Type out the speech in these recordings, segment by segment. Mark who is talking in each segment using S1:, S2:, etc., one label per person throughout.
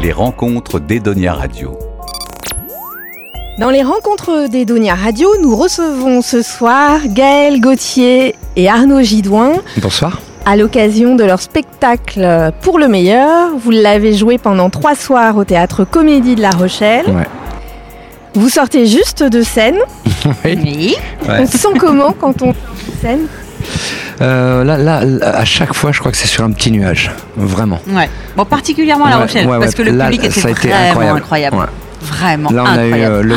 S1: Les rencontres d'Edonia Radio.
S2: Dans les rencontres des Donia Radio, nous recevons ce soir Gaël Gauthier et Arnaud Gidoin
S3: Bonsoir.
S2: à l'occasion de leur spectacle Pour le meilleur. Vous l'avez joué pendant trois soirs au théâtre Comédie de La Rochelle.
S3: Ouais.
S2: Vous sortez juste de scène.
S3: Oui. Ouais.
S2: On se sent comment quand on sort de scène
S3: Euh, là, là, là, à chaque fois, je crois que c'est sur un petit nuage. Vraiment.
S4: Ouais. Bon, particulièrement à La
S3: Ouais,
S4: Rochelle,
S3: ouais,
S4: parce
S3: ouais.
S4: que le
S3: Là,
S4: public était
S3: ça a été
S4: vraiment
S3: incroyable.
S4: incroyable.
S3: Ouais.
S4: Vraiment
S3: Là, on
S4: incroyable.
S3: a eu euh, le.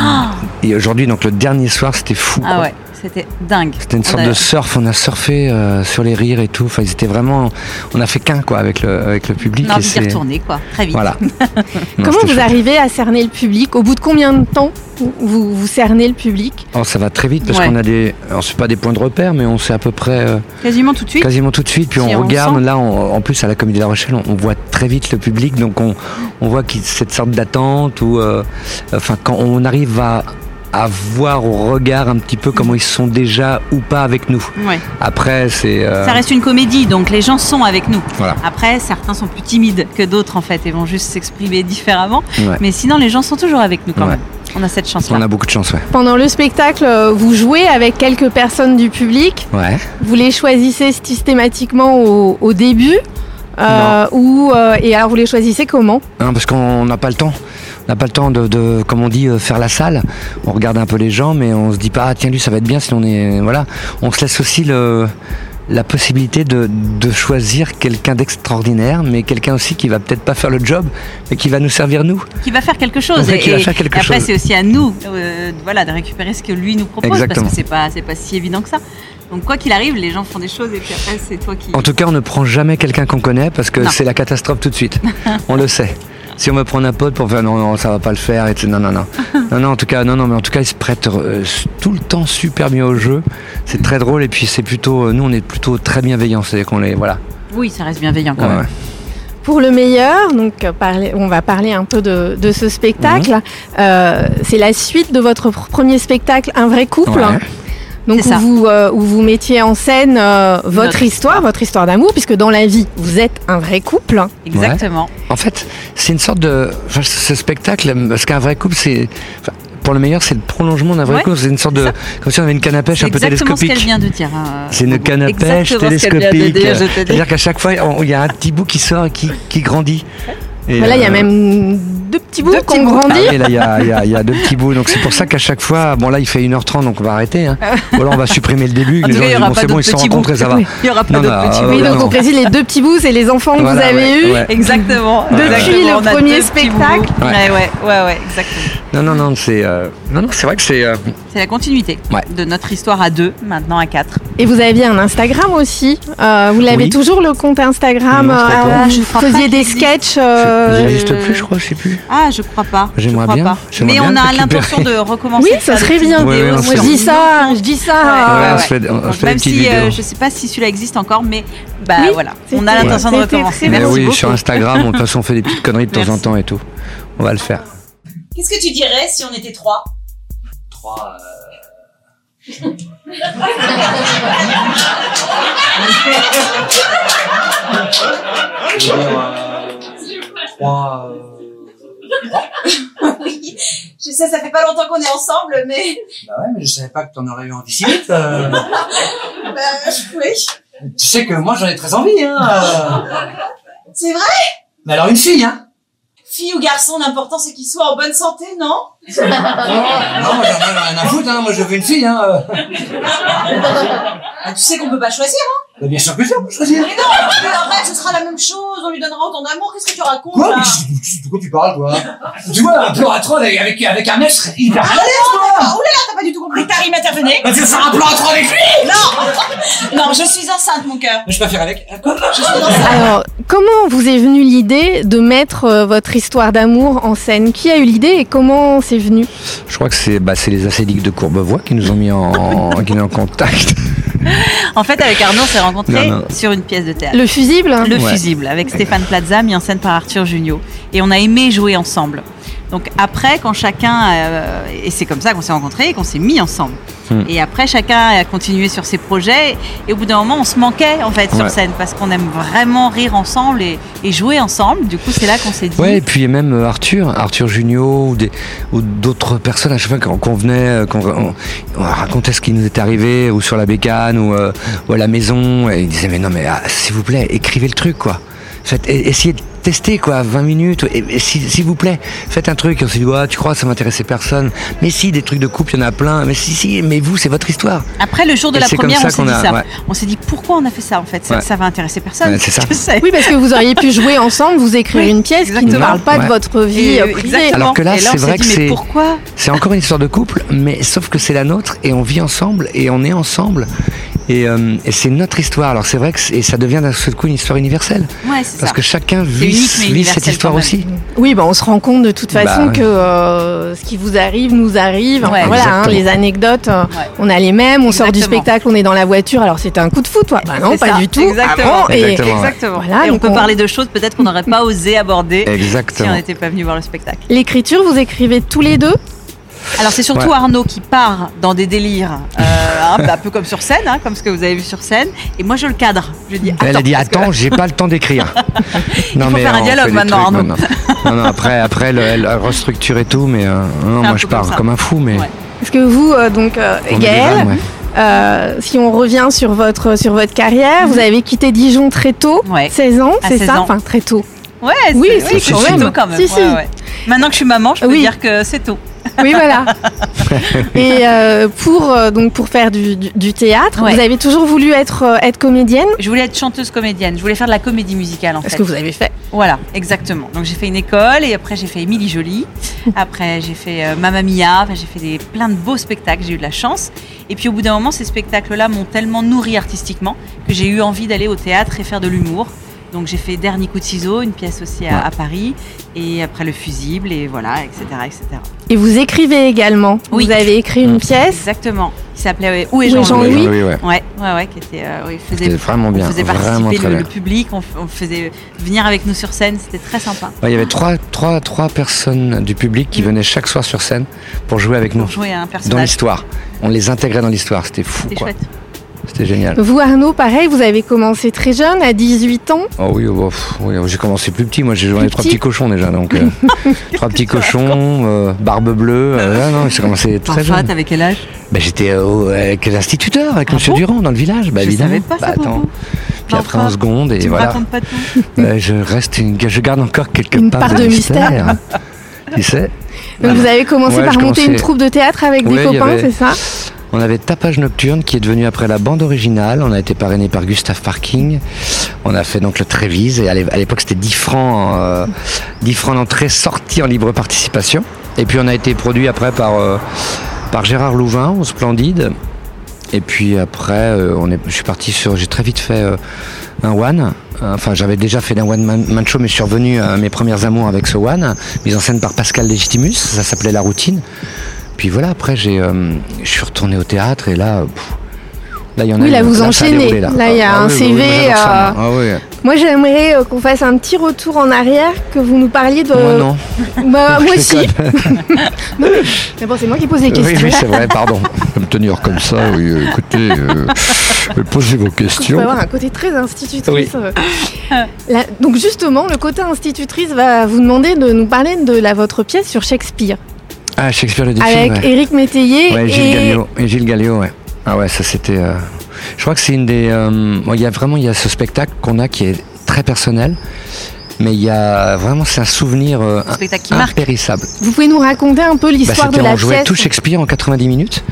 S3: Et aujourd'hui, donc le dernier soir, c'était fou.
S4: Ah
S3: quoi.
S4: ouais, c'était dingue.
S3: C'était une
S4: On
S3: sorte
S4: a-
S3: de surf. On a surfé euh, sur les rires et tout. Enfin, ils étaient vraiment. On a fait qu'un quoi avec le avec le public.
S4: On a
S3: et
S4: envie d'y
S3: c'est-
S4: retourner, quoi, très vite.
S3: Voilà. Non,
S2: Comment
S3: c'était
S2: vous
S3: chouette.
S2: arrivez à cerner le public Au bout de combien de temps vous- vous, vous cernez le public
S3: Oh, ça va très vite parce
S4: Ouais.
S3: qu'on a des. Alors, c'est pas des points de repère, mais on sait à peu près euh,
S4: Quasiment tout de suite.
S3: quasiment tout de suite. Puis
S4: Si
S3: on
S4: on
S3: regarde.
S4: sent.
S3: Là, on- en plus à la Comédie de La Rochelle, on, on voit très vite le public, donc on, on voit qu'il cette sorte d'attente ou. euh, Enfin, quand on arrive à à voir au regard un petit peu comment ils sont déjà ou pas avec nous.
S4: Ouais.
S3: Après, c'est. euh,
S4: Ça reste une comédie, donc les gens sont avec nous.
S3: Voilà.
S4: Après, certains sont plus timides que d'autres, en fait, et vont juste s'exprimer différemment.
S3: Ouais.
S4: Mais sinon, les gens sont toujours avec nous quand
S3: Ouais.
S4: même. On a cette chance-là.
S3: On a beaucoup de chance, ouais.
S2: Pendant le spectacle, euh, vous jouez avec quelques personnes du public.
S3: Ouais.
S2: Vous les choisissez systématiquement au, au début euh, ou euh, et alors vous les choisissez comment
S3: Hein, parce qu'on n'a pas le temps. On n'a pas le temps de, de, comme on dit, euh, faire la salle. On regarde un peu les gens, mais on se dit pas, ah, tiens, lui, ça va être bien, sinon on est. Voilà. On se laisse aussi le, la possibilité de, de choisir quelqu'un d'extraordinaire, mais quelqu'un aussi qui va peut-être pas faire le job, mais qui va nous servir, nous.
S4: Qui va faire quelque chose.
S3: Ouais, qui va faire quelque
S4: et après,
S3: chose.
S4: c'est aussi à nous euh, voilà, de récupérer ce que lui nous propose,
S3: Exactement.
S4: parce que c'est pas, c'est pas si évident que ça. Donc, quoi qu'il arrive, les gens font des choses, et puis après, c'est toi qui.
S3: En tout cas, on ne prend jamais quelqu'un qu'on connaît parce que
S4: Non.
S3: c'est la catastrophe tout de suite. on le sait. Si on veut prendre un pote pour faire non, non, ça va pas le faire, etc. Non, non, non. non, non, en tout cas, non, non, mais en tout cas, ils se prêtent euh, s- tout le temps super bien au jeu. C'est très drôle et puis c'est plutôt, euh, nous, on est plutôt très bienveillants. C'est-à-dire qu'on les, voilà.
S4: Oui, ça reste bienveillant quand
S3: Ouais,
S4: même.
S3: ouais.
S2: Pour le meilleur, donc euh, parler- on va parler un peu de, de ce spectacle.
S3: Mhm.
S2: Euh, c'est la suite de votre pr- premier spectacle, Un vrai couple.
S3: Ouais.
S2: Donc
S4: C'est
S2: où
S4: ça.
S2: vous, euh, où vous mettiez en scène euh, votre
S4: Notre
S2: histoire, votre histoire d'amour, puisque dans la vie vous êtes un vrai couple.
S4: Exactement.
S3: En fait, c'est une sorte de, enfin, ce spectacle, parce qu'un vrai couple, c'est, enfin, pour le meilleur, c'est le prolongement d'un vrai
S4: Ouais,
S3: couple. C'est une sorte de, comme si on avait une canne à pêche
S4: C'est
S3: un peu
S4: exactement ce
S3: télescopique.
S4: qu'elle vient de dire. hein,
S3: C'est une
S4: Bobo.
S3: canne à pêche
S4: Exactement ce qu'elle vient de
S3: télescopique.
S4: dire, je te dis.
S3: C'est-à-dire qu'à chaque fois, on- il y a un petit bout qui sort et qui, qui grandit. Et,
S2: Voilà, il y a
S3: euh,
S2: même deux petits bouts
S4: deux petits
S2: qu'on
S4: bouts.
S3: ah
S2: grandit.
S3: oui, là, il y a, il y a- il y a deux petits bouts. Donc, c'est pour ça qu'à chaque fois, bon, là, il fait 1h30, donc on va arrêter. Hein. Ou alors, on va supprimer le début.
S4: Ah. En
S3: les
S4: tout
S3: gens
S4: cas, il n'y
S3: disent,
S4: aura
S3: bon,
S4: pas
S3: c'est bon, ils
S4: d'autres
S3: se sont
S4: petits bouts.
S3: rencontrés, ça va.
S4: Il n'y aura pas
S3: Non,
S4: d'autres
S3: non,
S4: petits
S3: euh,
S4: bouts.
S2: oui, donc
S3: non.
S2: on précise les deux petits bouts, c'est les enfants que
S3: Voilà,
S2: vous avez
S3: ouais,
S2: eus.
S3: ouais.
S4: Exactement.
S2: Depuis
S4: exactement,
S2: le
S4: on a
S2: premier
S4: deux petits
S2: spectacle.
S4: bouts.
S3: Ouais.
S4: Ouais, ouais, ouais, ouais, exactement.
S3: Non, non, non, c'est euh, non, non, c'est vrai que c'est. euh,
S4: C'est la continuité
S3: Ouais.
S4: de notre histoire à deux, maintenant à quatre.
S2: Et vous aviez un Instagram aussi. Euh, vous l'avez
S3: Oui.
S2: toujours le compte Instagram
S3: Non, je
S2: euh,
S3: crois
S2: où
S4: pas. Je
S2: vous
S4: crois
S2: faisiez
S4: pas
S2: des
S4: qu'il
S2: sketchs.
S3: il
S2: euh,
S3: n'existe plus, je crois, je sais plus.
S4: Ah, je crois pas. je
S3: J'aimerais
S4: crois
S3: bien,
S4: pas.
S3: j'aimerais
S4: Mais
S3: bien
S4: on a
S3: récupérer.
S4: l'intention de recommencer.
S2: Oui,
S4: à
S2: ça
S4: faire des
S2: serait
S4: petites
S2: bien.
S3: Ouais, ouais,
S4: vidéos
S3: on
S2: Moi,
S4: sur
S2: je
S3: se-
S2: dis
S4: nos
S2: ça,
S4: enfants.
S2: je dis
S4: Ouais,
S2: ça.
S3: on
S4: ouais,
S3: se
S4: ouais.
S3: fait, on se
S4: Donc,
S3: fait
S4: même
S3: des petites
S4: si euh,
S3: vidéos.
S4: je sais pas si celui-là existe encore, mais bah
S2: Oui,
S4: voilà, on a
S2: c'était-
S4: l'intention de
S2: c'était très
S4: recommencer.
S2: bien.
S3: Mais
S4: Merci
S3: oui,
S4: beaucoup.
S3: sur Instagram, on, de toute façon, on fait des petites conneries de temps en
S4: Merci.
S3: temps et tout. On va le faire.
S4: Qu'est-ce que tu dirais si on était trois
S5: euh,
S6: Je sais, ça fait pas longtemps qu'on est ensemble, mais
S5: Bah ouais, mais je savais pas que t'en aurais eu envie si vite. euh.
S6: bah, oui.
S5: tu sais que moi j'en ai très envie, hein. euh.
S6: C'est vrai
S5: Mais alors une fille, hein.
S6: Fille ou garçon, l'important c'est qu'ils soient en bonne santé, non
S5: Non, moi j'en ai rien à foutre, hein. Moi je veux une fille, hein. euh.
S6: Bah, Tu sais qu'on peut pas choisir, hein
S5: Bah, bien sûr que je peux choisir.
S6: Mais non mais En fait, ce sera la même chose, on lui donnera autant d'amour, qu'est-ce que tu racontes
S5: ah, Quoi
S6: là
S5: Mais qu'est-ce que- De quoi tu parles, toi Tu vois, un plan à trois avec, avec, avec un mec, je serais hyper mal à l'aise, toi
S6: Oh là là, t'as pas du tout compris, Karim intervenez
S5: Bah, tu veux faire un plan à trois avec lui
S6: Non Non, je suis enceinte, mon cœur
S5: Mais Je préfère avec. hein, Quoi
S6: Je suis enceinte
S2: Alors, comment vous est venue l'idée de mettre euh, votre histoire d'amour en scène Qui a eu l'idée et comment c'est venu
S3: Je crois que c'est bah, c'est les acédiques de Courbevoie qui nous ont mis en, en- qui nous ont en contact.
S4: En fait, avec Arnaud, on s'est rencontrés
S3: Non, non.
S4: sur une pièce de théâtre.
S2: Le fusible
S4: Le
S3: Ouais.
S4: fusible avec Stéphane Plaza mis en scène par Arthur Junio et on a aimé jouer ensemble. Donc après, quand chacun, euh, et c'est comme ça qu'on s'est rencontrés et qu'on s'est mis ensemble.
S3: Hmm.
S4: Et après, chacun a continué sur ses projets. Et au bout d'un moment, on se manquait en fait
S3: Ouais.
S4: sur scène parce qu'on aime vraiment rire ensemble et, et jouer ensemble. Du coup, c'est là qu'on s'est dit.
S3: Ouais, et puis même euh, Arthur, Arthur Junio ou des- ou d'autres personnes à chaque fois quand- qu'on venait, euh, qu'on on, on racontait ce qui nous était arrivé, ou sur la bécane, ou, euh, ou à la maison, et ils disaient mais non mais ah, s'il vous plaît, écrivez le truc quoi. Faites, e- essayez de tester quoi, 20 minutes, et- et s'il s'il vous plaît, faites un truc. Et on s'est dit ouais, tu crois ça m'intéressait personne Mais si, des trucs de couple, il y en a plein. Mais si si, mais vous c'est votre histoire.
S4: Après le jour de
S3: Et
S4: la
S3: c'est comme
S4: première,
S3: ça
S4: on s'est
S3: qu'on
S4: dit
S3: a-
S4: ça.
S3: ouais.
S4: On s'est dit pourquoi on a fait ça en fait. Ça,
S3: Ouais.
S4: ça va intéresser personne.
S3: Ouais, c'est ça.
S4: Je sais.
S2: Oui, parce que vous auriez pu jouer ensemble, vous écrire
S4: Oui,
S2: une pièce qui ne
S4: exactement.
S2: parle pas
S3: Ouais.
S2: de votre vie
S4: Et, euh,
S2: euh, privée.
S4: exactement.
S3: Alors que là,
S4: Et on
S3: c'est
S4: s'est
S3: vrai
S4: dit,
S3: que
S4: mais
S3: c'est-
S4: pourquoi
S3: C'est encore une histoire de couple, mais sauf que c'est la nôtre et on vit ensemble et on est ensemble. Et, euh, et c'est notre histoire. Alors c'est vrai que c'est- et ça devient d'un seul coup une histoire universelle.
S4: Ouais, c'est
S3: Parce
S4: ça.
S3: que chacun vit,
S4: unique, mais
S3: vit
S4: universel
S3: cette histoire
S4: quand même.
S3: aussi.
S2: Oui, bah, on se rend compte de toute
S3: Bah,
S2: façon
S3: ouais.
S2: que euh, ce qui vous arrive nous arrive. Enfin,
S4: Ouais.
S2: voilà, hein,
S3: Exactement.
S2: les anecdotes, euh,
S4: Ouais.
S2: on a les mêmes. On sort du
S4: Exactement.
S2: spectacle, on est dans la voiture. Alors c'était un coup de fou, toi Bah non,
S4: C'est
S2: pas
S4: ça,
S2: du tout.
S4: exactement.
S2: Ah bon, et-
S3: Exactement. ouais.
S4: Exactement.
S2: Voilà,
S4: et on
S2: donc
S4: peut
S2: on-
S4: parler de choses peut-être qu'on n'aurait pas osé aborder si on
S3: Exactement.
S4: n'était pas venu voir le spectacle.
S2: L'écriture, vous écrivez tous les deux.
S4: Alors c'est surtout
S3: Ouais.
S4: Arnaud qui part dans des délires, euh, un, un peu comme sur scène, hein, comme ce que vous avez vu sur scène, et moi je le cadre. Je dis attends.
S3: Elle a dit
S4: parce que-
S3: attends, j'ai pas le temps d'écrire. non
S4: faut faire un
S3: on
S4: dialogue
S3: fait des
S4: maintenant,
S3: trucs
S4: Arnaud.
S3: Non, non, après, après le- elle restructure et tout, mais euh, non,
S4: un
S3: moi
S4: peu
S3: je
S4: comme
S3: pars
S4: ça.
S3: comme un fou, mais
S4: Ouais.
S2: Parce que vous, euh, donc euh,
S3: on est des
S2: Gaël,
S3: vannes, ouais.
S2: Euh, si on revient sur votre, sur votre carrière, vous avez quitté Dijon très tôt,
S4: Mhm. Ouais.
S2: 16 ans,
S4: À
S2: c'est
S4: 16
S2: ça
S4: ans.
S2: Enfin, très tôt.
S4: Ouais, c'est-
S2: Oui,
S4: ouais,
S2: si,
S4: c'est
S3: quand
S4: tôt
S2: même.
S4: quand même.
S2: Si,
S4: ouais,
S2: si.
S4: ouais. Maintenant que je suis maman, je peux
S2: Oui.
S4: dire que c'est tôt.
S2: Oui, voilà. Et euh, pour, euh, donc, pour faire du, du- du théâtre,
S4: Ouais.
S2: vous avez toujours voulu être, euh, être comédienne
S4: Je voulais être chanteuse comédienne. Je voulais faire de la comédie musicale en
S2: Est-ce
S4: fait.
S2: que vous avez fait
S4: Voilà, exactement. Donc j'ai fait une école et après j'ai fait Émilie Jolie. Après j'ai fait euh, Mamma Mia. Enfin, j'ai fait des, plein de beaux spectacles. J'ai eu de la chance. Et puis au bout d'un moment, ces spectacles-là m'ont tellement nourri artistiquement que j'ai eu envie d'aller au théâtre et faire de l'humour. Donc j'ai fait Dernier coup de ciseau, une pièce aussi à,
S3: Ouais.
S4: à Paris. Et après Le Fusible et voilà, etc. etc.
S2: Et vous écrivez également.
S4: Oui.
S2: Vous avez écrit une
S3: Mm.
S2: pièce.
S4: Exactement. Il s'appelait euh, Où est
S2: Où est
S4: Jean-Louis
S2: Jean-Louis
S3: Oui, ouais.
S4: Ouais, ouais, ouais, qui était, euh, oui, faisait,
S3: C'était vraiment
S4: on
S3: bien.
S4: faisait
S3: Vraiment
S4: participer
S3: très
S4: le,
S3: bien.
S4: le public, on, f- on faisait venir avec nous sur scène, c'était très sympa.
S3: Ouais, Il y avait trois, trois, trois personnes du public
S4: Mm.
S3: qui venaient chaque soir sur scène pour jouer avec nous
S4: Pour jouer à un
S3: dans
S4: personnage,
S3: l'histoire. On les intégrait dans l'histoire, c'était fou.
S4: c'était
S3: quoi.
S4: chouette.
S3: C'était génial.
S2: Vous, Arnaud, pareil, vous avez commencé très jeune, à 18 ans.
S3: Oh oui, oh, bah, pff, oui, j'ai commencé plus petit. Moi, j'ai joué
S2: Plus
S3: trois
S2: petit
S3: petits cochons déjà. Donc, euh, trois petits cochons, euh, barbe bleue. euh, non, non, j'ai commencé très
S4: Enfin,
S3: jeune.
S4: t'avais quel âge
S3: Bah, j'étais euh, au- avec l'instituteur, avec
S4: Ah
S3: Monsieur
S4: bon
S3: Durand, dans le village. Bah,
S4: Je
S3: évidemment.
S4: savais pas ça,
S3: Bah, attends.
S4: Bobo.
S3: Puis après, en
S4: Enfin,
S3: seconde, et
S4: Tu me
S3: voilà.
S4: racontes pas tout.
S3: Euh, je reste, une... je garde encore quelques
S2: Une
S3: parts
S2: part de mystère.
S3: tu sais.
S2: Donc, vous avez commencé
S3: Ouais,
S2: par
S3: je
S2: monter une
S3: commençais-
S2: troupe de théâtre avec
S3: Ouais,
S2: des
S3: il y
S2: copains,
S3: avait-
S2: c'est ça
S3: On avait Tapage Nocturne qui est devenu après la bande originale. On a été parrainé par Gustave Parking. On a fait donc le Trévise. Et à l'é- à l'époque, c'était 10 francs, euh, 10 francs d'entrée sortie en libre participation. Et puis, on a été produit après par, euh, par Gérard Louvain au Splendide. Et puis après, euh, on est, je suis parti sur. J'ai très vite fait euh, un one. Euh, Enfin, j'avais déjà fait d'un one man, man show, mais je suis revenu à mes premières amours avec ce one. Mise en scène par Pascal Legitimus. Ça s'appelait La Routine. Puis voilà, après, j'ai, euh, je suis retourné au théâtre et là. pff, Là, il y en a
S2: Oui, là,
S3: eu,
S2: vous
S3: ça a
S2: enchaînez.
S3: déroulé, Ah
S2: Là, il y a un
S3: oui, oui,
S2: CV,
S3: moi, j'adore ça,
S2: euh,
S3: moi. Ah, oui.
S2: Moi, j'aimerais euh, qu'on fasse un petit retour en arrière, que vous nous parliez de.
S3: Moi, non.
S2: Bah, moi
S3: Je
S2: aussi.
S3: déconne.
S2: Non, mais- mais bon, c'est moi qui pose les
S3: Oui,
S2: questions.
S3: oui, c'est vrai, pardon.
S7: me tenir comme ça, oui, euh, écoutez, euh, euh, posez vos
S2: On
S7: questions.
S2: peut avoir un côté très institutrice. Euh, là, donc justement, le côté institutrice va vous demander de nous parler de la, votre pièce sur Shakespeare
S3: Ah, Shakespeare le défi.
S2: avec
S3: ouais.
S2: Éric Métayer
S3: Ouais, Gilles
S2: et
S3: Galliot. Et Gilles Galliot, ouais. Ah ouais, ça c'était. euh, Je crois que c'est une des. euh, bon, Il y a vraiment, il y a ce spectacle qu'on a qui est très personnel, mais il y a vraiment, c'est un souvenir euh,
S4: Un spectacle qui marque.
S3: impérissable.
S2: vous pouvez nous raconter un peu
S3: Bah,
S2: l'histoire
S3: c'était
S2: de la
S3: on jouait
S2: pièce.
S3: tout Shakespeare en 90 minutes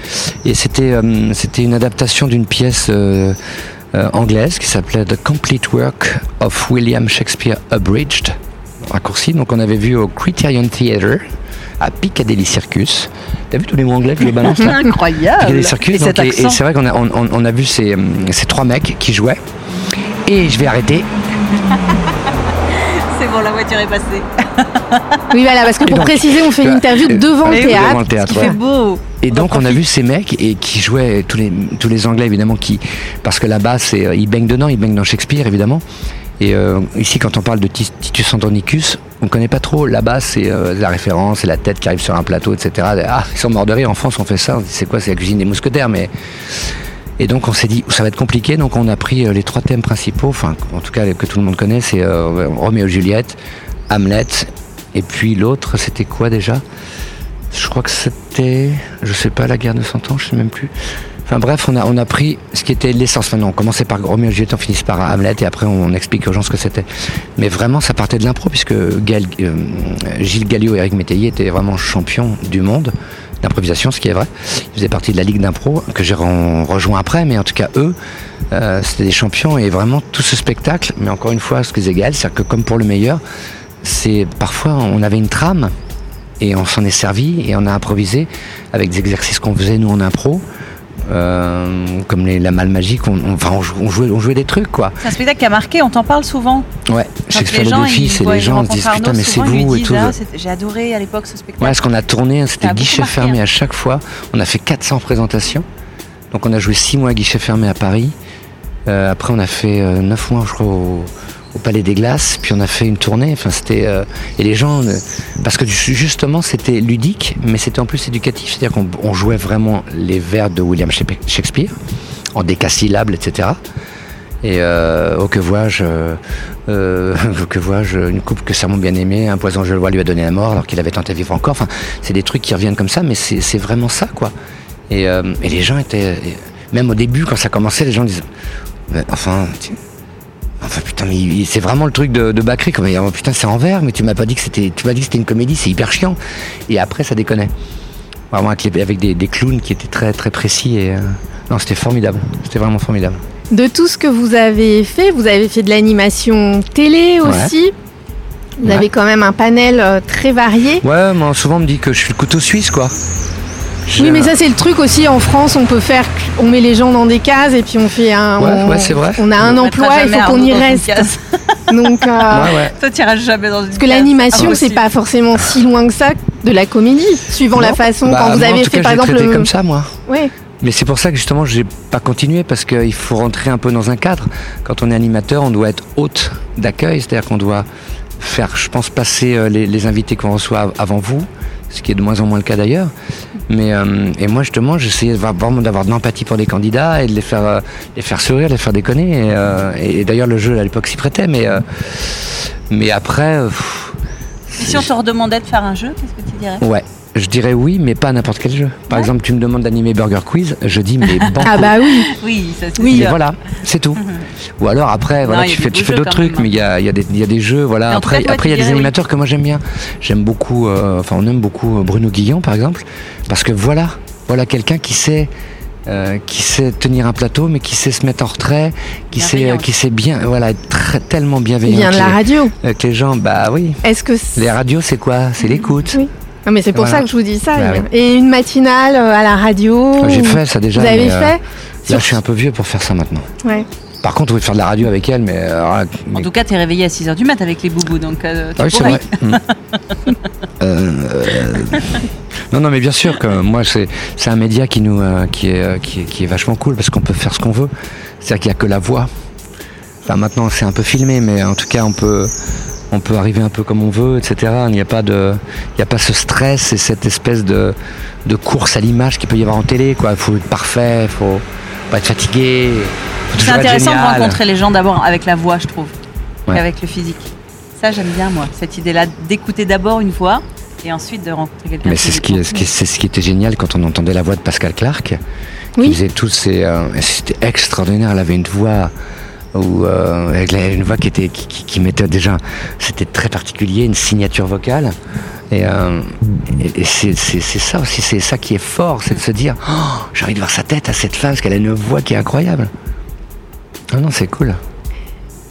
S3: et c'était euh, c'était une adaptation d'une pièce euh, euh, anglaise qui s'appelait The Complete Work of William Shakespeare Abridged raccourci donc on avait vu au Criterion Theatre à Piccadilly Circus t'as vu tous les mots anglais que je balance là
S4: Incroyable.
S3: Piccadilly Circus
S4: Et
S3: donc,
S4: cet
S3: et- et
S4: accent.
S3: c'est vrai qu'on a, on, on- on a vu ces, hum, ces trois mecs qui jouaient et je vais arrêter
S4: C'est bon, la voiture est passée.
S2: Oui, voilà, parce que pour
S3: donc,
S2: préciser, on fait une
S3: euh,
S2: interview
S3: euh,
S2: devant le
S3: devant
S2: théâtre.
S3: le théâtre,
S4: Il
S3: ouais.
S4: fait beau.
S3: Et donc
S4: en
S3: on a vu ces mecs et qui jouaient tous les tous les Anglais évidemment qui parce que là-bas c'est euh, ils baignent dedans, ils baignent dans Shakespeare évidemment. Et euh, ici, quand on parle de Tis- Titus Andronicus, on ne connaît pas trop. Là-bas, c'est euh, la référence, c'est la tête qui arrive sur un plateau, etc. Ah, ils sont morts de rire. En France, on fait ça. On se dit, c'est quoi C'est la cuisine des mousquetaires. Mais et donc on s'est dit ça va être compliqué, donc on a pris euh, les trois thèmes principaux, enfin en tout cas que tout le monde connaît, c'est euh, Roméo et Juliette, Hamlet, et puis l'autre c'était quoi déjà Je crois que c'était, je sais pas, la guerre de Cent Ans, je sais même plus. Enfin bref, on a, on a pris ce qui était l'essence. Maintenant, on commençait par Roméo et Juliette, on finissait par Hamlet, et après on explique aux gens ce que c'était. Mais vraiment, ça partait de l'impro, puisque Gaël- euh, Gilles Galliot et Eric Métayer étaient vraiment champions du monde d'improvisation, ce qui est vrai. Ils faisaient partie de la Ligue d'impro, que j'ai re- rejoint après, mais en tout cas, eux, euh, c'était des champions, et vraiment, tout ce spectacle, mais encore une fois, ce que disait Gaël, c'est-à-dire que comme pour le meilleur, c'est parfois, on avait une trame, et on s'en est servi, et on a improvisé avec des exercices qu'on faisait, nous, en impro. euh, comme les- la malle magique, on, on- enfin, on jou- on jouait, on jouait des trucs quoi.
S4: C'est un spectacle qui a marqué, on t'en parle souvent.
S3: Ouais,
S4: Quand
S3: Shakespeare
S4: les
S3: le
S4: gens,
S3: défi,
S4: ils
S3: c'est
S4: voient-
S3: les
S4: ils
S3: gens se
S4: rencontrent
S3: disent
S4: Arnaud,
S3: putain mais c'est
S4: souvent, ils lui
S3: vous et
S4: disent,
S3: tout.
S4: Ah, c'était- J'ai adoré à l'époque ce spectacle.
S3: Voilà ce qu'on a tourné,
S4: Ça
S3: c'était
S4: a beaucoup
S3: guichet
S4: marqué,
S3: fermé
S4: hein.
S3: à chaque fois. On a fait 400 présentations. Donc on a joué 6 mois à guichet fermé à Paris. Euh, après on a fait 9 mois je crois au, au Palais des Glaces. Puis on a fait une tournée. Enfin, c'était, euh, et les gens... euh, parce que ju- justement c'était ludique mais c'était en plus éducatif. C'est-à-dire qu'on on jouait vraiment les vers de William Shakespe- Shakespeare en décasyllables etc. Et euh, oh que vois-je, euh, euh, que vois-je, une coupe que sermon bien aimé, un poison je le vois lui a donné la mort alors qu'il avait tenté de vivre encore. Enfin, c'est des trucs qui reviennent comme ça, mais c'est c'est vraiment ça quoi. Et, euh, et les gens étaient, et même au début quand ça commençait, les gens disaient, Mais enfin, tu- enfin putain, mais il- c'est vraiment le truc de, de Bacri comme oh, putain c'est en verre, mais tu m'as pas dit que c'était, tu m'as dit que c'était une comédie, c'est hyper chiant. Et après ça déconnait. Vraiment avec, les- avec des, des clowns qui étaient très très précis et euh, non c'était formidable, c'était vraiment formidable.
S2: De tout ce que vous avez fait, vous avez fait de l'animation télé
S3: Ouais.
S2: aussi. Vous
S3: Ouais.
S2: avez quand même un panel euh, très varié.
S3: Ouais, mais souvent on me dit que je suis le couteau suisse, quoi. J'ai
S2: Oui, mais
S3: un-
S2: ça c'est le truc aussi en France, on peut faire, on met les gens dans des cases et puis on fait un,
S3: Ouais,
S2: on,
S3: ouais, c'est vrai.
S2: on a un
S4: On mettra
S2: emploi, il
S4: jamais
S2: faut qu'on
S4: Arnaud
S2: y
S4: dans une
S2: reste.
S4: case.
S2: Donc, euh,
S3: Ouais, ouais.
S4: Toi, t'iras jamais dans une
S2: parce que l'animation c'est
S4: Impossible.
S2: pas forcément si loin que ça de la comédie, suivant la
S3: Non.
S2: façon
S3: Bah,
S2: quand vous
S3: moi, en
S2: avez
S3: tout
S2: fait
S3: cas,
S2: par
S3: je l'ai
S2: exemple.
S3: traité
S2: le-
S3: comme ça, moi.
S2: Ouais.
S3: Mais c'est pour ça que justement, j'ai pas continué parce qu'il faut rentrer un peu dans un cadre. Quand on est animateur, on doit être hôte d'accueil, c'est-à-dire qu'on doit faire, je pense, passer euh, les, les invités qu'on reçoit av- avant vous, ce qui est de moins en moins le cas d'ailleurs. Mais euh, et moi justement, j'essayais de voir- vraiment d'avoir de l'empathie pour les candidats et de les faire, euh, les faire sourire, les faire déconner. Et, euh, et- et d'ailleurs, le jeu à l'époque s'y prêtait, mais euh, mais après. euh, pff,
S4: Et si on te redemandait de faire un jeu, qu'est-ce que tu dirais
S3: Ouais, je dirais oui, mais pas à n'importe quel jeu. Par
S4: Ouais.
S3: exemple, tu me demandes d'animer Burger Quiz, je dis mais banco.
S2: Ah bah oui.
S4: Oui, ça c'est
S3: Mais
S4: sûr.
S3: voilà, c'est tout. Ou alors après, voilà,
S4: il y a
S3: tu
S4: des
S3: fais, tu
S4: beaux
S3: fais
S4: jeux
S3: d'autres
S4: quand même, hein.
S3: trucs, mais il y a, il y a des- il y a des jeux. Voilà.
S4: Mais en tout cas,
S3: Après,
S4: toi,
S3: après, il y
S4: tu
S3: a des
S4: dirais oui.
S3: animateurs que moi j'aime bien. J'aime beaucoup, euh, enfin on aime beaucoup euh, Bruno Guillon par exemple, parce que voilà, voilà quelqu'un qui sait. euh, qui sait tenir un plateau, mais qui sait se mettre en retrait, qui sait, euh,
S4: Bienveillant.
S3: qui sait bien, voilà, être très- tellement
S2: Il
S3: bienveillant.
S2: vient de
S3: que
S2: la
S3: les-
S2: radio.
S3: euh, que les gens, bah oui,
S2: Est-ce que c'est-
S3: les radios, c'est quoi C'est l'écoute.
S2: Oui. Non, mais c'est pour
S3: Voilà.
S2: ça que je vous dis ça.
S3: Bah
S2: il-
S3: oui. Ah,
S2: Et une matinale euh, à la radio.
S3: J'ai fait ça déjà.
S2: Vous avez
S3: mais, euh,
S2: fait
S3: Là,
S2: Sur-
S3: je suis un peu vieux pour faire ça maintenant.
S2: Ouais.
S3: Par contre, on peut faire de la radio avec elle, mais. euh, ah, mais-
S4: En tout cas, t'es réveillé à 6h du mat avec les boubous, donc euh, tu
S3: Ah oui, c'est
S4: pourrais.
S3: vrai. Mm. Euh, euh, Non, non, mais bien sûr que moi, c'est c'est un média qui, nous, euh, qui, est, euh, qui, est, qui est vachement cool parce qu'on peut faire ce qu'on veut. C'est-à-dire qu'il n'y a que la voix. Enfin, maintenant, c'est un peu filmé, mais en tout cas, on peut, on peut arriver un peu comme on veut, etc. Il n'y a, pas de- il n'y a pas ce stress et cette espèce de, de course à l'image qu'il peut y avoir en télé. quoi. Il faut être parfait, il faut pas être fatigué. faut
S4: C'est
S3: toujours être
S4: intéressant de
S3: génial.
S4: rencontrer les gens d'abord avec la voix, je trouve,
S3: Ouais.
S4: qu'avec le physique. Ça, j'aime bien, moi, cette idée-là d'écouter d'abord une voix et ensuite de rencontrer quelqu'un.
S3: Mais c'est ce qui, ce qui- c'est ce qui était génial quand on entendait la voix de Pascal Clark. Qui
S2: Oui.
S3: faisait tous ces, euh, c'était extraordinaire. Elle avait une voix où euh, elle avait une voix qui était, qui, qui- qui mettait déjà, c'était très particulier, une signature vocale. Et, euh, et- et c'est, c'est- c'est ça aussi, c'est ça qui est fort, c'est de se dire, Oh, j'ai envie de voir sa tête à cette femme parce qu'elle a une voix qui est incroyable. Ah non, c'est cool.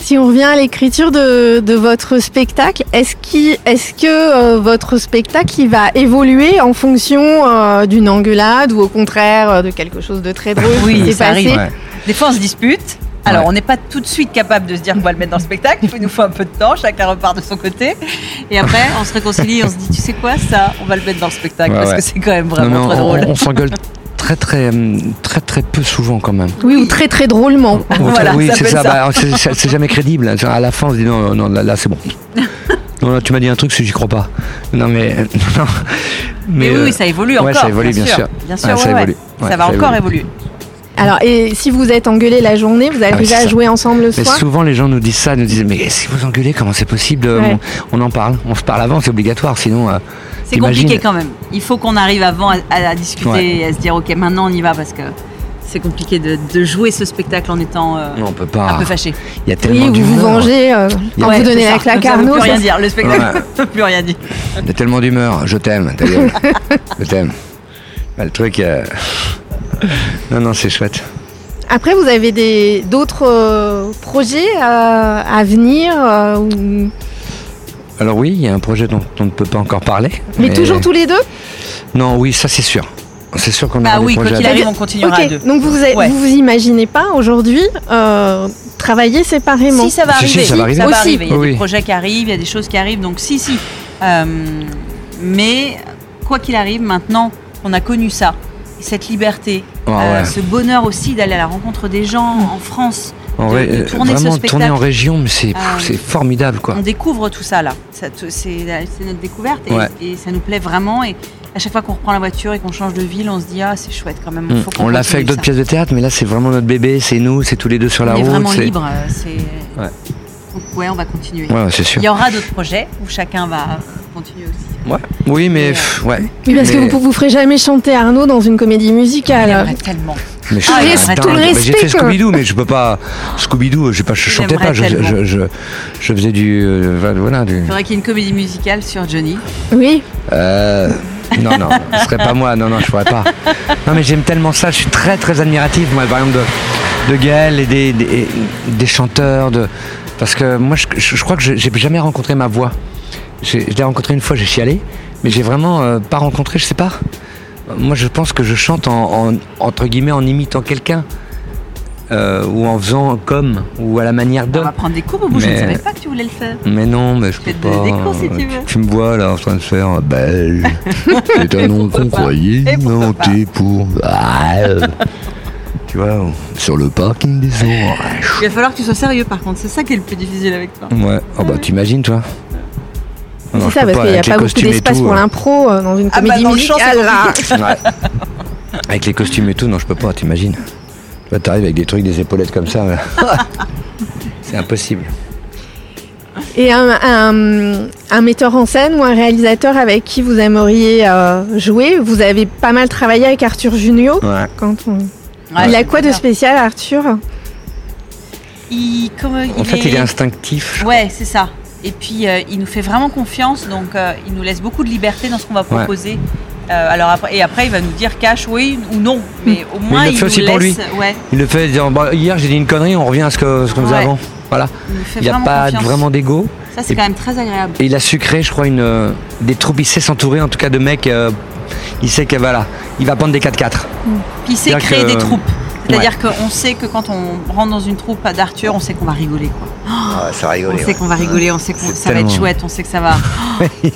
S2: Si on revient à l'écriture de, de votre spectacle, est-ce qui, est-ce que euh, votre spectacle il va évoluer en fonction euh, d'une engueulade ou au contraire euh, de quelque chose de très drôle
S4: Oui,
S2: qui s'est
S4: ça arrive.
S2: passé
S3: Ouais.
S4: Des fois, on se dispute. Alors,
S3: Ouais.
S4: on n'est pas tout de suite capable de se dire qu'on va le mettre dans le spectacle. Il nous faut un peu de temps. Chacun repart de son côté. Et après, on se réconcilie. et On se dit, tu sais quoi, ça, on va le mettre dans le spectacle
S3: Ouais,
S4: parce
S3: ouais.
S4: que c'est quand même
S3: Non, mais
S4: vraiment
S3: on,
S4: très drôle.
S3: on- on s'engueule très très hum, très très peu souvent quand même.
S2: Oui, ou très très drôlement. quoi.
S3: Ou-
S4: Voilà,
S3: oui,
S4: ça
S3: c'est ça.
S4: s'appelle ça.
S3: Bah, c'est- c'est c'est jamais crédible. À la fin, on se dit non, non, là, là, c'est bon. Non, là, tu m'as dit un truc, c'est j'y crois pas. Non, mais. euh, non.
S4: Mais, oui,
S3: euh,
S4: oui, ça évolue
S3: ouais,
S4: encore.
S3: ça évolue, bien sûr.
S4: Bien sûr,
S3: Ouais, ça
S4: ouais, ouais.
S3: évolue. Ouais,
S4: ça va
S3: ça
S4: encore
S3: évolue.
S4: évoluer.
S2: Alors, et si vous êtes engueulé la journée, vous arrivez
S3: Ah c'est
S2: à
S3: ça.
S2: jouer ensemble le
S3: Mais
S2: soir
S3: souvent, les gens nous disent ça, nous disent Mais si vous engueulez, comment c'est possible euh,
S2: Ouais.
S3: on, on en parle, on se parle avant, c'est obligatoire, sinon. euh,
S4: C'est
S3: t'imagines-
S4: compliqué quand même. Il faut qu'on arrive avant à, à- à discuter
S3: Ouais.
S4: et à se dire ok maintenant on y va parce que c'est compliqué de, de jouer ce spectacle en étant euh,
S3: Non, Ah. on peut
S4: un
S3: pas.
S4: peu fâché.
S3: Il y a
S2: Oui,
S3: tellement
S2: vous vous
S3: d'humeur.
S2: vengez euh, quand
S4: Ouais,
S2: vous donnez
S4: c'est
S2: la
S4: ça.
S2: claque à
S4: Ça ne
S2: Arnaud.
S4: veut plus rien
S2: ça-
S4: dire. Le spectacle
S3: Ouais.
S4: ne peut plus rien dire.
S3: Il y a tellement d'humeur. Je t'aime, ta gueule. Je t'aime. Bah, le truc. euh, Non, non, c'est chouette.
S2: Après, vous avez des d'autres euh, projets euh, à venir euh, ou-
S3: Alors oui, il y a un projet dont on ne peut pas encore parler.
S2: Mais toujours tous les deux
S3: Non, oui, ça c'est sûr. C'est sûr qu'on a
S4: Bah
S3: des
S4: oui, quoi
S3: projets.
S4: qu'il
S3: à-
S4: arrive, on continuera à deux.
S2: Ok, donc vous avez-
S4: Ouais.
S2: vous vous imaginez pas aujourd'hui euh, travailler séparément
S4: Si ça va
S3: Si, si,
S4: arriver,
S3: ça va arriver.
S2: Aussi.
S4: Il y a
S3: Oui,
S4: des
S3: oui.
S4: projets qui arrivent, il y a des choses qui arrivent. Donc si, si. Euh, mais quoi qu'il arrive, maintenant qu'on a connu ça, cette liberté,
S3: Ah
S4: euh,
S3: ouais.
S4: ce bonheur aussi d'aller à la rencontre des gens en France,
S3: En
S4: de-
S3: vrai,
S4: de
S3: euh,
S4: tourner ce
S3: vraiment
S4: spectacle.
S3: tourner en région, mais c'est pff,
S4: Euh,
S3: c'est formidable quoi.
S4: on découvre tout ça là. Ça te- C'est la- c'est notre découverte et,
S3: Ouais.
S4: et ça nous plaît vraiment. Et à chaque fois qu'on reprend la voiture et qu'on change de ville, on se dit ah c'est chouette quand même.
S3: Mm.
S4: faut qu'on
S3: On l'a fait
S4: continue
S3: avec d'autres
S4: ça.
S3: pièces de théâtre, mais là c'est vraiment notre bébé, c'est nous, c'est tous les deux sur la
S4: on
S3: route.
S4: est vraiment
S3: c'est-
S4: libre. euh, C'est
S3: Ouais.
S4: Donc, ouais, on va continuer.
S3: Ouais, ouais, c'est
S4: Il
S3: sûr.
S4: y aura d'autres projets où chacun va continuer aussi.
S3: Ouais. Oui, mais
S4: Et, euh,
S3: pff, ouais.
S2: Oui, parce que
S3: Mais-
S2: vous vous ferez jamais chanter Arnaud dans une comédie
S4: Il
S2: musicale.
S4: aimerait tellement.
S3: Mais je
S4: Ah,
S3: suis
S4: il
S3: un
S4: reste
S3: dingue.
S4: tout le
S3: Mais J'ai
S2: respect,
S3: fait
S2: quoi.
S3: Scooby-Doo, mais je peux pas. Scooby-Doo, je, sais pas, je chantais
S4: J'aimerais
S3: pas. Je,
S4: tellement.
S3: je, je, je faisais du. euh, voilà, du.
S4: Il faudrait qu'il y ait une comédie musicale sur Johnny.
S2: Oui,
S3: Euh, non, non, ce serait pas moi, non, non, je pourrais pas. Non, mais j'aime tellement ça, je suis très, très admiratif, moi, par exemple, de, de Gaël et des, des, et des chanteurs, de, parce que moi, je, je- je crois que je- j'ai jamais rencontré ma voix. J'ai- Je l'ai rencontré une fois, j'ai chialé, mais j'ai vraiment euh, pas rencontré, je sais pas. Moi, je pense que je chante en, en- entre guillemets en imitant quelqu'un, euh, ou en faisant comme, ou à la manière
S4: On
S3: d'un.
S4: va prendre des cours, Boubou. Je ne
S3: Mais-
S4: savais pas que tu voulais le faire.
S3: Mais non, mais je peux
S4: Je vais te donner des
S3: pas. euh,
S4: cours si tu veux.
S3: me vois là en train de faire euh, un belge.
S7: C'est un nom qu'on
S4: pas.
S7: croyait
S4: Et pourquoi
S7: inventé pour. Ah, euh,
S3: tu vois.
S7: sur le parking des orages.
S4: Il va falloir que tu sois sérieux par contre. C'est ça qui est le plus difficile avec toi.
S3: Ouais, oh bah t'imagines toi
S2: c'est ça, parce qu'il n'y a pas beaucoup d'espace
S3: hein.
S2: pour l'impro euh, dans une
S4: Ah bah,
S2: comédie
S4: dans le champ,
S2: musicale.
S4: c'est
S2: là.
S3: Avec les costumes et tout, non je peux pas, t'imagines. Toi t'arrives avec des trucs, des épaulettes comme ça. là. C'est impossible.
S2: Et un, un- un metteur en scène ou un réalisateur avec qui vous aimeriez euh, jouer Vous avez pas mal travaillé avec Arthur Junio.
S3: Ouais.
S2: Quand on-
S4: Ouais,
S2: Il a
S4: c'est
S2: quoi de
S4: bizarre.
S2: spécial, Arthur
S4: il, comme,
S3: En fait il est instinctif.
S4: Ouais, c'est ça. Et puis, euh, il nous fait vraiment confiance, donc euh, il nous laisse beaucoup de liberté dans ce qu'on va proposer. Euh, alors après, et après, il va nous dire cash, oui ou non. Mais au moins,
S3: Hmm. le fait
S4: nous
S3: aussi
S4: laisse.
S3: pour
S4: Ouais,
S3: Il le fait dire bah, hier j'ai dit une connerie, on revient à ce que- ce qu'on faisait
S4: Ouais.
S3: avant. Voilà.
S4: il nous fait
S3: Il n'y a
S4: vraiment
S3: pas
S4: confiance.
S3: vraiment d'ego.
S4: Ça, c'est
S3: Et-
S4: quand même très agréable.
S3: Et il a sucré, je crois, une, euh, des troupes. Il sait s'entourer, en tout cas, de mecs. euh, il sait que voilà, il va prendre des 4x4.
S4: Puis, il sait
S3: Bien
S4: créer
S3: que- euh,
S4: des troupes. C'est-à-dire qu'on sait que quand on rentre dans une troupe d'Arthur, on sait qu'on va rigoler. Quoi.
S3: ça va
S4: on sait qu'on Ah, va rigoler, on sait que
S3: C'est
S4: ça va être
S3: tellement-
S4: chouette, on sait que ça va.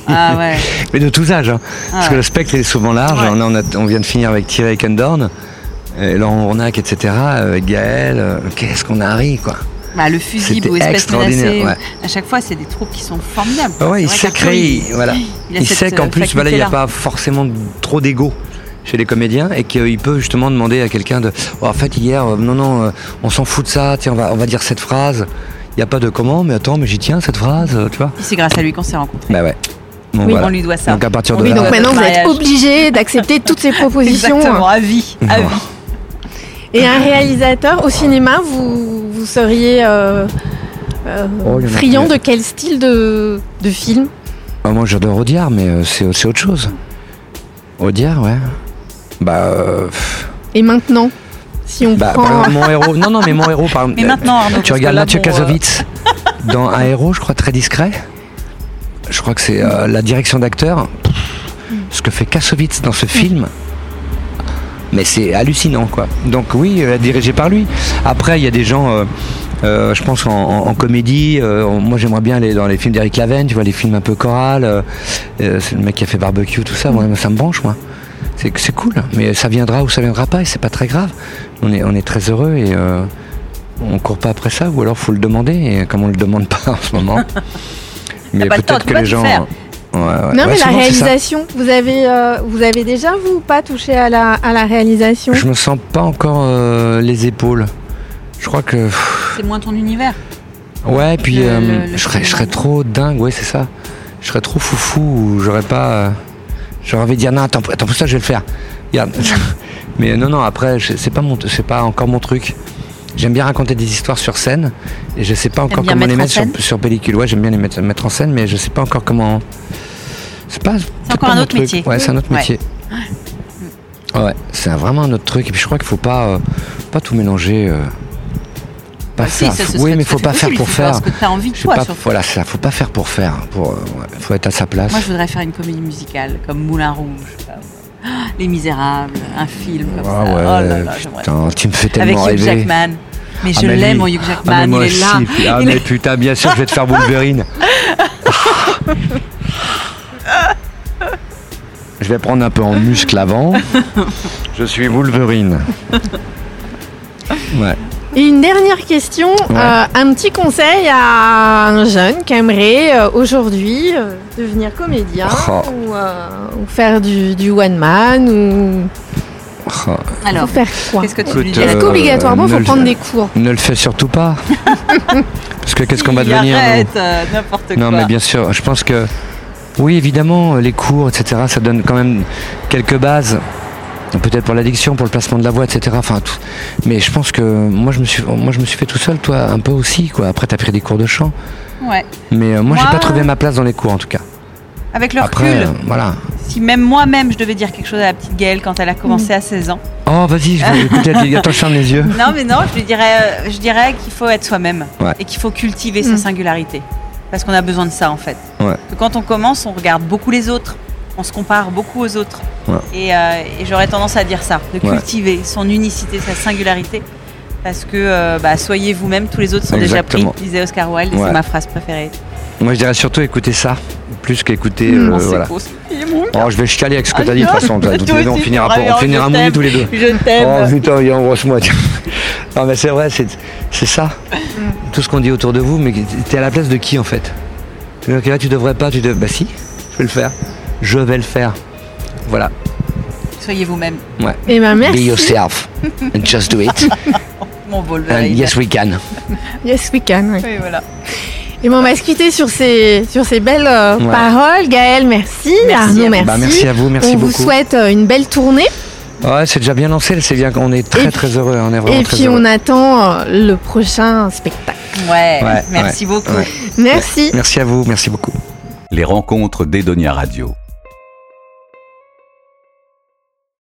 S4: ah ouais.
S3: Mais de tous âges, hein. parce
S4: ouais.
S3: que le spectre est souvent large.
S4: Ouais.
S3: Là, on, a- on vient de finir avec Thierry Condorn, et Laurent Ournac, etc. Avec Gaël, euh, qu'est-ce qu'on a ri, quoi.
S4: Bah, le fusible
S3: C'était
S4: ou espèce
S3: extraordinaire,
S4: menacée.
S3: ouais.
S4: À chaque fois, c'est des troupes qui sont formidables.
S3: Ah ouais,
S4: C'est
S3: il
S4: vrai
S3: sait
S4: qu'Arthur,
S3: créer, voilà.
S4: il a
S3: Il
S4: cette,
S3: sait qu'en
S4: euh,
S3: plus, voilà, il n'y
S4: faculté-là.
S3: a pas forcément trop d'ego chez les comédiens et qu'il peut justement demander à quelqu'un de. Oh, en fait, hier, euh, non, non, euh, on s'en fout de ça, tiens, on va, on va dire cette phrase. Il n'y a pas de comment, mais attends, mais j'y tiens cette phrase, euh, tu vois.
S4: Puis C'est grâce à lui qu'on s'est rencontrés.
S3: Bah ouais. Bon,
S4: Oui,
S3: voilà.
S4: on lui doit ça.
S3: Donc à partir
S4: On
S3: de
S4: lui
S2: Oui,
S3: là.
S2: donc
S4: Euh,
S2: maintenant vous êtes
S3: bah,
S4: mariage.
S2: obligé d'accepter toutes ces propositions.
S4: Exactement, à vie. À vie.
S2: Et un réalisateur au cinéma, vous, vous seriez euh, euh,
S3: Oh, il y en a
S2: friand de
S3: plein.
S2: quel style de, de film
S3: Ah, moi j'adore Audiard, mais euh, c'est c'est autre chose. Audiard, ouais. Bah. euh, pff,
S2: Et maintenant, si on
S3: bah, par
S2: prend.
S3: exemple, mon héros. Non, non, mais mon héros, par exemple. euh,
S4: Mais maintenant, Arnaud, parce
S3: Tu
S4: que
S3: regardes
S4: là,
S3: Mathieu
S4: bon, euh,
S3: Kassovitz dans Un héros, je crois, très discret. Je crois que c'est euh, la direction d'acteur.
S4: Hmm.
S3: Ce que fait Kassovitz dans ce film. Mais c'est hallucinant, quoi. Donc oui, euh, dirigé par lui. Après, il y a des gens, euh, euh, je pense, en, en- en comédie. euh, en- moi, j'aimerais bien aller dans les films d'Eric Laven, tu vois, les films un peu chorales. euh, euh, c'est le mec qui a fait Barbecue, tout ça. Moi, ça me branche, moi. c'est c'est cool. Mais ça viendra ou ça viendra pas, et c'est pas très grave. On est, on est très heureux et euh, on court pas après ça, ou alors faut le demander, et comme on le demande pas en ce moment. mais
S4: pas le temps, tu peux tout faire.
S3: Ouais, ouais.
S2: Non,
S3: Ouais,
S2: mais la
S3: bah, souvent, c'est ça.
S2: réalisation, vous avez, euh, vous avez déjà, vous, pas touché à la, à la réalisation
S3: Je me sens pas encore euh, les épaules. Je crois que. pff,
S4: C'est moins ton univers.
S3: Ouais, puis
S4: Le-
S3: euh,
S4: le- le
S3: je, serais, je
S4: film.
S3: serais trop dingue, ouais, c'est ça. Je serais trop foufou, ou j'aurais pas. euh, j'aurais envie de dire non, attends, attends, pour ça, je vais le faire. Regarde. Mais euh, non, non, après, je- c'est pas, mon, c'est pas encore mon truc. J'aime bien raconter des histoires sur scène, et je sais pas encore
S4: bien
S3: comment les
S4: mettre
S3: mettre
S4: en
S3: sur, sur pellicule. Ouais, j'aime bien les mettre, mettre en scène, mais je sais pas encore comment. C'est pas.
S4: encore
S3: pas
S4: un
S3: mon
S4: autre
S3: truc.
S4: métier.
S3: Ouais, c'est un autre
S4: Ouais.
S3: métier. Ouais, c'est un- vraiment un autre truc. Et puis je crois qu'il faut pas, euh, pas tout mélanger. euh, pas
S4: Bah, si,
S3: faire.
S4: ça, ce
S3: oui,
S4: serait
S3: mais
S4: tout à
S3: faut
S4: fait
S3: pas faire
S4: possible.
S3: pour
S4: Faut
S3: faire.
S4: ce que t'as envie,
S3: Je sais
S4: toi,
S3: pas,
S4: surtout.
S3: voilà, c'est ça, faut pas faire pour faire. Pour, euh, ouais, faut être à sa place.
S4: Moi, je voudrais faire une comédie musicale, comme Moulin Rouge, comme, ah, Les Misérables, un film comme
S3: Ah
S4: ça.
S3: ouais,
S4: oh là là, j'aimerais.
S3: putain, tu me fais
S4: Avec
S3: tellement
S4: Hugh
S3: rêver.
S4: Jackman. Mais
S3: Ah,
S4: je
S3: mais lui-
S4: l'aime, mon Hugh
S3: Ah, mais
S4: Jackman,
S3: moi
S4: il est
S3: aussi.
S4: là.
S3: puis- Ah,
S4: Il
S3: mais
S4: est-
S3: putain, bien sûr, je vais te faire Wolverine. je vais prendre un peu en muscle avant. Je suis Wolverine. Ouais.
S2: Et une dernière question, euh, un petit conseil à un jeune qui aimerait euh, aujourd'hui euh, devenir comédien
S3: Oh.
S2: ou, euh, ou faire du, du one man ou
S3: Oh,
S2: faut
S4: Alors,
S2: faire quoi
S4: qu'est-ce que tu
S3: Écoute,
S4: lui dis
S2: Est-ce
S3: euh,
S2: qu'obligatoirement
S3: ne
S2: faut
S3: le-
S2: prendre des cours
S3: Ne le fais surtout pas. Parce que qu'est-ce qu'on va
S4: Il
S3: devenir nous
S4: Arrête, euh, n'importe quoi.
S3: Non, mais bien sûr, je pense que oui, évidemment, les cours, etc., ça donne quand même quelques bases, peut-être pour l'addiction, pour le placement de la voix, etc. Enfin, tout. Mais je pense que moi, je me suis, moi, je me suis fait tout seul, toi, un peu aussi, quoi. Après, t'as pris des cours de chant,
S4: Ouais.
S3: mais euh, moi, j'ai
S4: Moi-
S3: pas trouvé ma place dans les cours, en tout cas.
S4: Avec le
S3: Après,
S4: recul,
S3: euh, voilà.
S4: si même moi-même je devais dire quelque chose à la petite Gaëlle quand elle a commencé à 16 ans.
S3: Oh, vas-y, je vais écouter. la- Attends, je ferme les yeux.
S4: Non, mais non, je lui dirais, euh, je dirais qu'il faut être soi-même
S3: Ouais.
S4: et qu'il faut cultiver
S2: Mm.
S4: sa singularité. Parce qu'on a besoin de ça en fait.
S3: Ouais.
S4: Que quand on commence, on regarde beaucoup les autres, on se compare beaucoup aux autres.
S3: Ouais.
S4: Et, euh, et j'aurais tendance à dire ça, de
S3: Ouais.
S4: cultiver son unicité, sa singularité. Parce que euh, bah, soyez vous-même, tous les autres sont
S3: Exactement.
S4: déjà pris, disait Oscar Wilde, et
S3: Ouais.
S4: c'est ma phrase préférée.
S3: Moi, je dirais surtout écouter ça, plus qu'écouter. euh,
S4: Oh, c'est
S3: voilà.
S4: beau, ce film.
S3: Oh, je vais chialer avec ce que t'as dit de toute façon.
S4: Toi
S3: Tous les deux, on
S4: aussi, tu
S3: finira,
S4: vas
S3: pas- on
S4: avoir
S3: finira
S4: le
S3: mouillés
S4: thème.
S3: tous les deux.
S4: Je
S2: Eh
S3: Oh
S2: ben,
S4: t'aime.
S3: putain, il embrasse-moi. tiens. non mais c'est vrai, c'est c'est ça.
S2: Mm.
S3: Tout ce qu'on dit autour de vous, mais t'es à la place de qui en fait Donc là, tu devrais pas, tu devrais. Bah si, je vais le faire. Je vais le faire. Voilà.
S4: soyez vous-même,
S2: Eh ben
S3: Be
S2: merci.
S3: yourself and just do it.
S4: mon
S3: And
S4: Wolverine.
S3: yes we can.
S2: Yes we can. ouais.
S4: Oui, voilà.
S2: Et bon, on va se quitter sur ces sur ces belles euh,
S3: Ouais.
S2: paroles. Gaël, merci.
S4: Merci.
S2: Arnaud, merci.
S3: Bah merci à vous, merci
S2: on
S3: beaucoup.
S2: vous souhaite euh, une belle tournée
S3: Ouais, c'est déjà bien lancé, c'est bien qu'on est
S2: Et
S3: très
S2: puis-
S3: très heureux, hein, on est vraiment
S2: et
S3: très
S2: puis
S3: heureux.
S2: on attend euh, le prochain spectacle.
S4: Ouais,
S3: Ouais,
S4: merci beaucoup.
S3: ouais.
S2: Merci.
S3: Merci à vous, merci beaucoup.
S1: Les rencontres d'Edonia Radio.